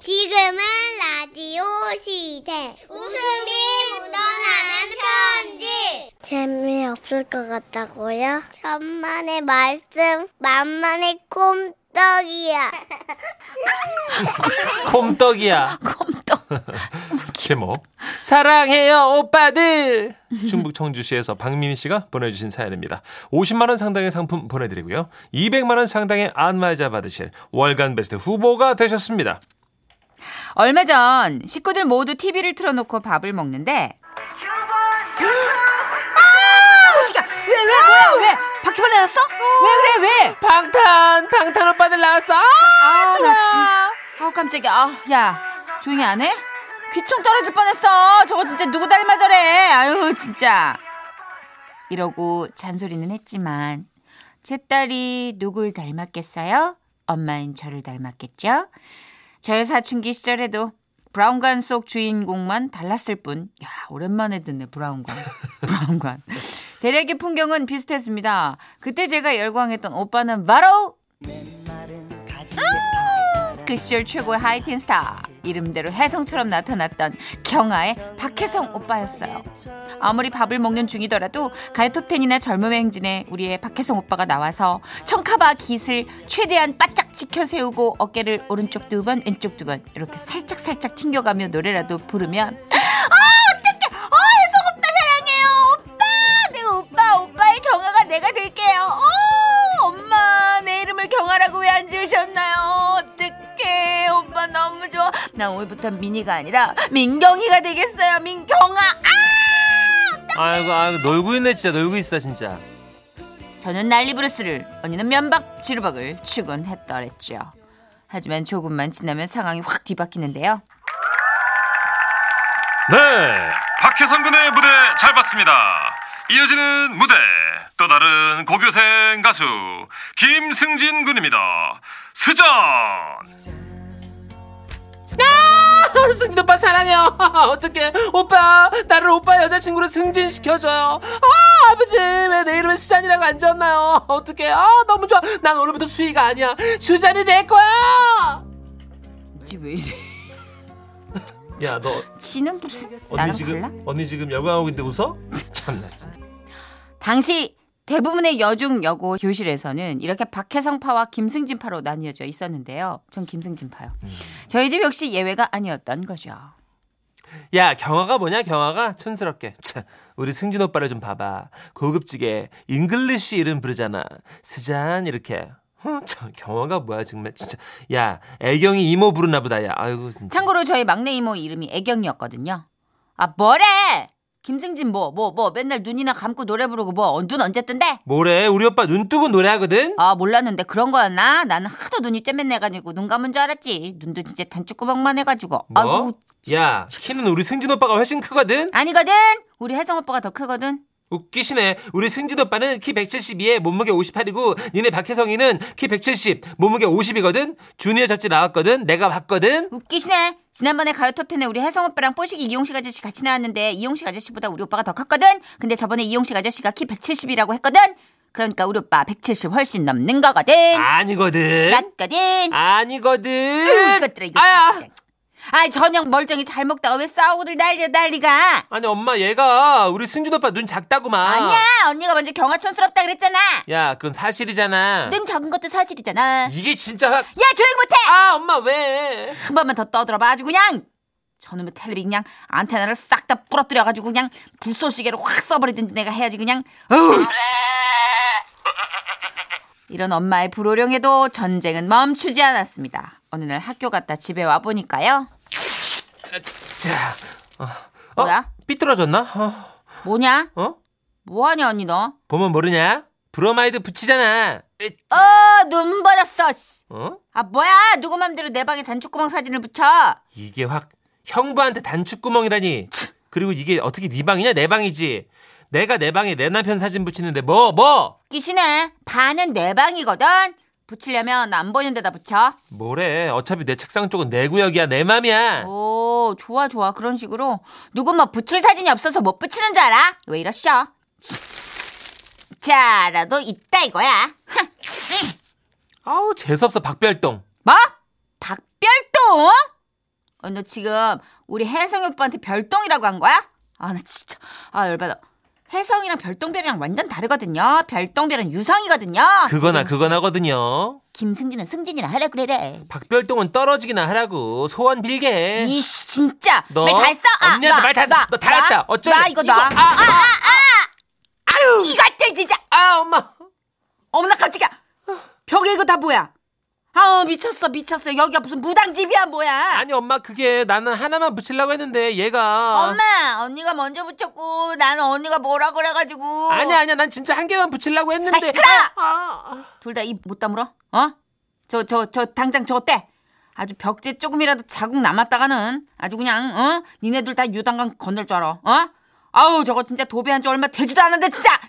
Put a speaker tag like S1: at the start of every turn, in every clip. S1: 지금은 라디오 시대. 웃음이 묻어나는 편지. 재미없을 것 같다고요? 천만의 말씀, 만만의 꼼떡이야.
S2: 곰떡이야.
S3: 꼼떡.
S2: 제목 사랑해요 오빠들. 충북 청주시에서 박민희 씨가 보내주신 사연입니다. 50만 원 상당의 상품 보내드리고요. 200만 원 상당의 안마의자 받으실 월간 베스트 후보가 되셨습니다.
S3: 얼마 전 식구들 모두 TV를 틀어놓고 밥을 먹는데. 아! 솔직히 왜, 왜, 뭐야, 왜? 바퀴벌레 났어? 왜 그래, 왜?
S2: 방탄 방탄 오빠들 나왔어.
S3: 아, 나 진짜. 아우, 깜짝이야. 아, 야, 조용히 안 해? 귀총 떨어질 뻔했어. 저거 진짜 누구 닮아 저래. 아유, 진짜. 이러고 잔소리는 했지만, 제 딸이 누굴 닮았겠어요? 엄마인 저를 닮았겠죠? 저의 사춘기 시절에도 브라운관 속 주인공만 달랐을 뿐. 야, 오랜만에 듣네, 브라운관. 브라운관. 대략의 풍경은 비슷했습니다. 그때 제가 열광했던 오빠는 바로 그 시절 최고의 하이틴 스타 이름대로 혜성처럼 나타났던 경아의 박혜성 오빠였어요. 아무리 밥을 먹는 중이더라도 가요톱텐이나 젊음의 행진에 우리의 박혜성 오빠가 나와서 청카바 깃을 최대한 바짝 지켜 세우고 어깨를 오른쪽 두 번, 왼쪽 두 번 이렇게 살짝 살짝 튕겨가며 노래라도 부르면 어, 혜성 오빠 사랑해요. 오빠! 내 오빠, 오빠의 경아가 내가 될게요. 어, 엄마, 내 이름을 경아라고 왜 안 지으셨나요? 어떡해. 오빠 너무 좋아. 나 오늘부터 미니가 아니라 민경이가 되겠어요. 민경아.
S2: 아이고 아이고 놀고 있네 진짜 놀고 있어 진짜.
S3: 저는 난리브루스를 언니는 면박 지루박을 출근했더랬죠. 하지만 조금만 지나면 상황이 확 뒤바뀌는데요.
S4: 네, 박혜성 군의 무대 잘 봤습니다. 이어지는 무대 또 다른 고교생 가수 김승진 군입니다. 스전
S2: 승진 오빠 사랑해요. 어떻게 오빠 나를 오빠 여자친구로 승진 시켜줘요. 아 아버지 왜 내 이름을 수잔이라고 안 지었나요? 어떻게 아 너무 좋아. 난 오늘부터 수희가 아니야. 수잔이 될 거야.
S3: 이제 왜 이래?
S2: 야 너
S3: 지는 무슨
S2: 언니
S3: 나랑
S2: 지금
S3: 달라?
S2: 언니 지금 열광하고 있는데 웃어? 참나. 진짜.
S3: 당시 대부분의 여중 여고 교실에서는 이렇게 박혜성파와 김승진파로 나뉘어져 있었는데요. 전 김승진파요. 저희 집 역시 예외가 아니었던 거죠.
S2: 야 경화가 뭐냐 경화가 촌스럽게 참, 우리 승진 오빠를 좀 봐봐 고급지게 잉글리쉬 이름 부르잖아 스잔 이렇게 흠, 참 경화가 뭐야 정말 진짜 야 애경이 이모 부르나 보다 야 아이고 진짜
S3: 참고로 저희 막내 이모 이름이 애경이었거든요. 아 뭐래? 김승진 뭐 뭐 뭐 맨날 눈이나 감고 노래 부르고 뭐 눈 언제 뜬대?
S2: 뭐래 우리 오빠 눈 뜨고 노래하거든
S3: 아 몰랐는데 그런 거였나? 나는 하도 눈이 쬐맨해가지고 눈 감은 줄 알았지. 눈도 진짜 단추구멍만 해가지고.
S2: 뭐?
S3: 아우
S2: 야 키는 우리 승진 오빠가 훨씬 크거든
S3: 아니거든. 우리 혜성 오빠가 더 크거든.
S2: 웃기시네 우리 승진 오빠는 키 172에 몸무게 58이고 니네 박혜성이는 키 170 몸무게 50이거든 주니어 잡지 나왔거든 내가 봤거든
S3: 웃기시네. 지난번에 가요 톱텐에 우리 혜성 오빠랑 뽀식이 이용식 아저씨 같이 나왔는데 이용식 아저씨보다 우리 오빠가 더 컸거든. 근데 저번에 이용식 아저씨가 키 170이라고 했거든. 그러니까 우리 오빠 170 훨씬 넘는 거거든.
S2: 아니거든
S3: 맞거든.
S2: 아니거든.
S3: 으, 이것들아 이거.
S2: 아야.
S3: 아 저녁 멀쩡히 잘 먹다가 왜 싸우고들 난리야 난리가.
S2: 아니 엄마 얘가 우리 승준 오빠 눈 작다구만.
S3: 아니야 언니가 먼저 경화촌스럽다 그랬잖아.
S2: 야 그건 사실이잖아.
S3: 눈 작은 것도 사실이잖아.
S2: 이게 진짜 확.
S3: 야 조용 못해.
S2: 아 엄마 왜?
S3: 한 번만 더 떠들어봐 아주 그냥. 저놈의 텔레비 그냥 안테나를 싹 다 부러뜨려가지고 그냥 불쏘시개로 확 써버리든지 내가 해야지 그냥 어우. 이런 엄마의 불호령에도 전쟁은 멈추지 않았습니다. 어느 날 학교 갔다 집에 와 보니까요.
S2: 자. 어,
S3: 뭐야?
S2: 어, 삐뚤어졌나? 어?
S3: 뭐냐?
S2: 어?
S3: 뭐하냐 언니 너?
S2: 보면 모르냐? 브로마이드 붙이잖아. 으,
S3: 어, 눈 버렸어. 씨.
S2: 어?
S3: 아 뭐야? 누구 맘대로 내 방에 단축구멍 사진을 붙여?
S2: 이게 확 형부한테 단축구멍이라니. 그리고 이게 어떻게 네 방이냐? 내 방이지. 내가 내 방에 내 남편 사진 붙이는데 뭐 뭐?
S3: 끼시네. 반은 내 방이거든. 붙이려면 안 보이는 데다 붙여.
S2: 뭐래? 어차피 내 책상 쪽은 내 구역이야. 내 맘이야.
S3: 오, 좋아 좋아. 그런 식으로 누구 뭐 붙일 사진이 없어서 못 붙이는 줄 알아? 왜 이러셔? 자, 라도 있다 이거야. 흥.
S2: 아우 재수없어 박별동.
S3: 뭐? 박별동? 어, 너 지금 우리 혜성이 오빠한테 별똥이라고 한 거야? 아, 나 진짜. 아, 열받아. 혜성이랑 별똥별이랑 완전 다르거든요. 별똥별은 유성이거든요. 아,
S2: 그거나 그거나 하거든요.
S3: 김승진은 승진이라 하라 그래래.
S2: 박별똥은 떨어지기나 하라고 소원 빌게.
S3: 이씨 진짜
S2: 예. 너
S3: 말 다 했어? 아,
S2: 언니한테
S3: 놔,
S2: 말 다 했어.
S3: 놔,
S2: 너 다 했다.
S3: 놔,
S2: 어쩌냐?
S3: 놔, 이거
S2: 이거,
S3: 놔.
S2: 아, 아, 아유,
S3: 이것들 진짜.
S2: 아 엄마.
S3: 어머나 깜짝이야. 벽에 이거 다 뭐야? 아 미쳤어 미쳤어. 여기가 무슨 무당집이야 뭐야?
S2: 아니 엄마 그게 나는 하나만 붙이려고 했는데 얘가.
S3: 엄마 언니가 먼저 붙였고 나는 언니가 뭐라 그래가지고.
S2: 아니야 아니야 난 진짜 한 개만 붙이려고 했는데. 아.
S3: 아 시끄러. 둘 다 입 못 다물어? 어? 저 저 저 당장 저거 떼. 아주 벽지에 조금이라도 자국 남았다가는 아주 그냥 어? 니네들 다 유단강 건널 줄 알아. 어? 아우 저거 진짜 도배한 지 얼마 되지도 않았는데 진짜.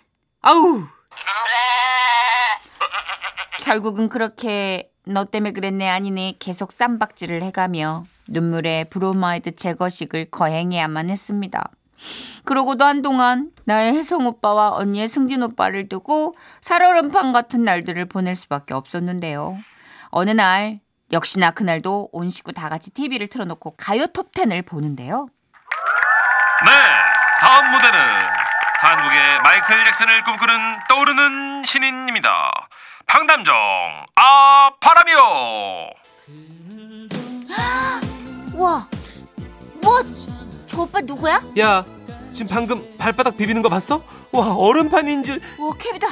S3: 아우. 결국은 그렇게 너 때문에 그랬네 아니네 계속 쌈박질을 해가며 눈물에 브로마이드 제거식을 거행해야만 했습니다. 그러고도 한동안 나의 혜성 오빠와 언니의 승진 오빠를 두고 살얼음판 같은 날들을 보낼 수밖에 없었는데요. 어느 날 역시나 그날도 온 식구 다 같이 TV를 틀어놓고 가요 톱10을 보는데요.
S4: 네, 다음 무대는 한국의 마이클 잭슨을 꿈꾸는 떠오르는 신인입니다. 방담정 아 바람이요.
S3: 와, 뭐? 저 오빠 누구야?
S2: 야 지금 방금 발바닥 비비는 거 봤어? 와 얼음판인 줄.
S3: 와 어, 캡이다.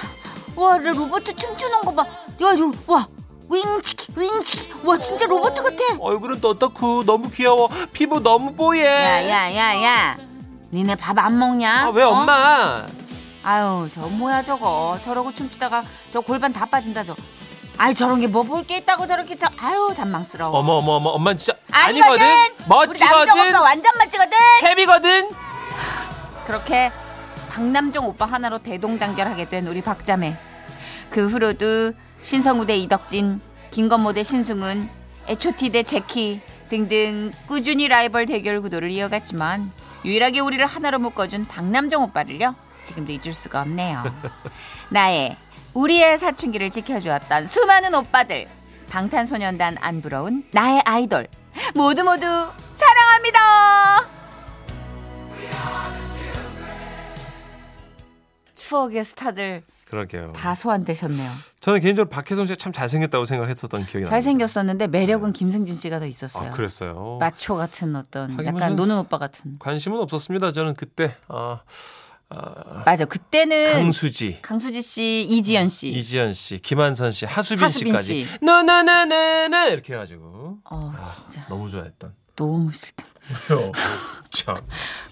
S3: 와, 내 로버트 춤추는 거 봐. 야, 저, 와, 윙치키, 윙치키. 와, 진짜 로버트 같아.
S2: 얼굴은 또 어떻고 너무 귀여워 피부 너무 뽀얘.
S3: 야야야야 니네 밥 안 먹냐?
S2: 아, 왜
S3: 어?
S2: 엄마?
S3: 아유 저 뭐야 저거 저러고 춤추다가 저 골반 다 빠진다 저 아이 저런 게 뭐 볼 게 있다고 저렇게 저 아유 잔망스러워
S2: 어머 어머 어머 엄마 진짜
S3: 아니거든,
S2: 아니거든.
S3: 우리 남정
S2: 멋지거든.
S3: 오빠 완전 멋지거든
S2: 헤비거든.
S3: 그렇게 박남정 오빠 하나로 대동단결하게 된 우리 박자매 그 후로도 신성우 대 이덕진 김건모 대 신승훈 애초티 대 제키 등등 꾸준히 라이벌 대결 구도를 이어갔지만 유일하게 우리를 하나로 묶어준 박남정 오빠를요 지금도 잊을 수가 없네요 나의 우리의 사춘기를 지켜주었던 수많은 오빠들 방탄소년단 안 부러운 나의 아이돌 모두 모두 사랑합니다. 추억의 스타들
S4: 그러게요.
S3: 다 소환되셨네요.
S4: 저는 개인적으로 박혜성 씨가 참 잘생겼다고 생각했었던 기억이
S3: 잘생겼었는데
S2: 네.
S3: 매력은 김승진 씨가 더
S2: 아,
S3: 있었어요.
S4: 그랬어요.
S3: 마초 같은 어떤
S2: 하긴
S3: 약간
S2: 무슨-
S3: 노는 오빠 같은.
S2: 관심은 없었습니다. 저는 그때 아, 아
S3: 맞아. 네. 그때는
S2: 강수지, 아,
S3: 강수... 지씨 이지연 씨.
S2: 이지연 씨, 김한선 씨, 하수빈,
S3: 하수빈
S2: 씨까지
S3: 씨.
S2: 나나나나나 이렇게 해가지고
S3: 어
S2: 아,
S3: 진짜
S2: 너무 좋아했던.
S3: 너무 싫다.
S2: 참.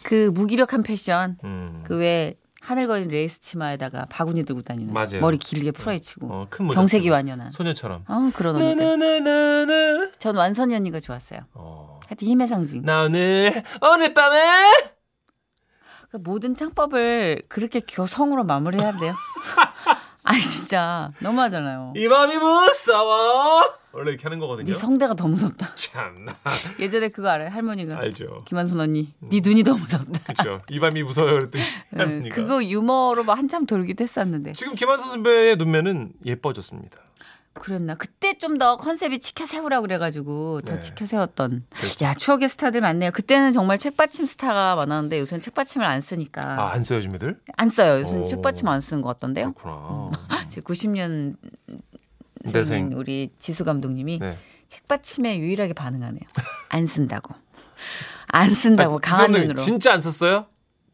S3: 그 무기력한 패션.
S2: 음.
S3: 그 왜 하늘 거인 레이스 치마에다가 바구니 들고 다니는.
S2: 맞아요.
S3: 머리 길게 풀어헤치고.
S2: 어, 네, 큰 모자
S3: 병색이
S2: 쓰고.
S3: 완연한.
S2: 소녀처럼.
S3: 어 그런 언니들.
S2: 나나나나나.
S3: 전 완선이 언니가 좋았어요.
S2: 어.
S3: 하여튼 힘의 상징.
S2: 나 오늘 오늘 밤에
S3: 그 모든 창법을 그렇게 교성으로 마무리해야 돼요. 아니 진짜 너무하잖아요.
S2: 이 밤이 무서워. 원래 이렇게 하는 거거든요.
S3: 네 성대가 더 무섭다.
S2: 참나
S3: 예전에 그거 알아요? 할머니가
S2: 알죠.
S3: 김한선 언니, 네 눈이 더 무섭다.
S2: 그렇죠. 이 밤이 무서워요. 그랬더니
S3: 예,
S2: 음. 할머니가.
S3: 그거 유머로 막 한참 돌기도 했었는데
S2: 지금 김한선 선배의 눈매는 예뻐졌습니다.
S3: 그랬나? 그때 좀 더 컨셉이 치켜 세우라 그래가지고 더
S2: 네. 그렇죠.
S3: 치켜 세웠던. 야 추억의 스타들 많네요. 그때는 정말 책받침 스타가 많았는데 요새는 책받침을 안 쓰니까
S2: 아 안 써요 요즘 애들?
S3: 안 써요. 요새는
S2: 오. 음.
S3: 책받침 안 쓰는 것 같던데요.
S2: 그렇구나.
S3: 음.
S2: 음.
S3: 제 90년
S2: 대생.
S3: 생인 우리 지수 감독님이
S2: 네.
S3: 책받침에 유일하게 반응하네요. 안 쓴다고. 안 쓴다고
S2: 아니,
S3: 강한
S2: 지성님
S3: 눈으로.
S2: 진짜 안 썼어요?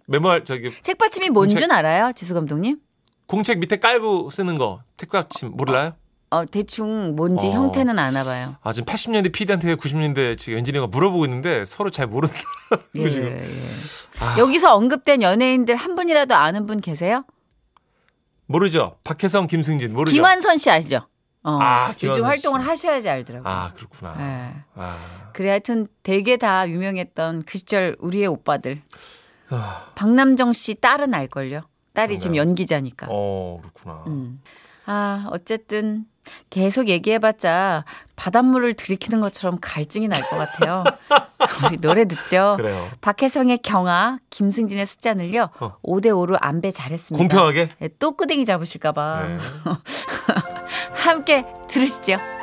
S2: 메모할 저기
S3: 책받침이 뭔
S2: 책-
S3: 줄 알아요, 지수 감독님? 받
S2: 공책 밑에 깔고 쓰는 거 택받침 몰라요?
S3: 어, 대충 뭔지
S2: 어.
S3: 형태는 아나 봐요.
S2: 아 지금 80년대 PD한테 90년대 지금 엔지니어가 물어보고 있는데 서로 잘 모른다.
S3: 예,
S2: 이거 지금.
S3: 예.
S2: 아.
S3: 여기서 언급된 연예인들 한 분이라도 아는 분 계세요?
S2: 모르죠. 박혜성, 김승진 모르죠.
S3: 김완선 씨 아시죠? 어.
S2: 아, 김완선
S3: 요즘 활동을
S2: 씨.
S3: 하셔야지 알더라고요.
S2: 아 그렇구나.
S3: 예.
S2: 아,
S3: 그래 하여튼 되게 다 유명했던 그 시절 우리의 오빠들.
S2: 아.
S3: 박남정 씨 딸은 알걸요. 딸이 지금
S2: 그런가요?
S3: 연기자니까.
S2: 어 그렇구나.
S3: 음. 아, 어쨌든 계속 얘기해봤자 바닷물을 들이키는 것처럼 갈증이 날 것 같아요. 우리 노래 듣죠?
S2: 그래요.
S3: 박혜성의 경아, 김승진의 숫잔을요,
S2: 어.
S3: 5대5로 안배 잘했습니다. 네,
S2: 공평하게.
S3: 아. 예, 또 끄댕이 잡으실까봐.
S2: 네.
S3: 함께 들으시죠.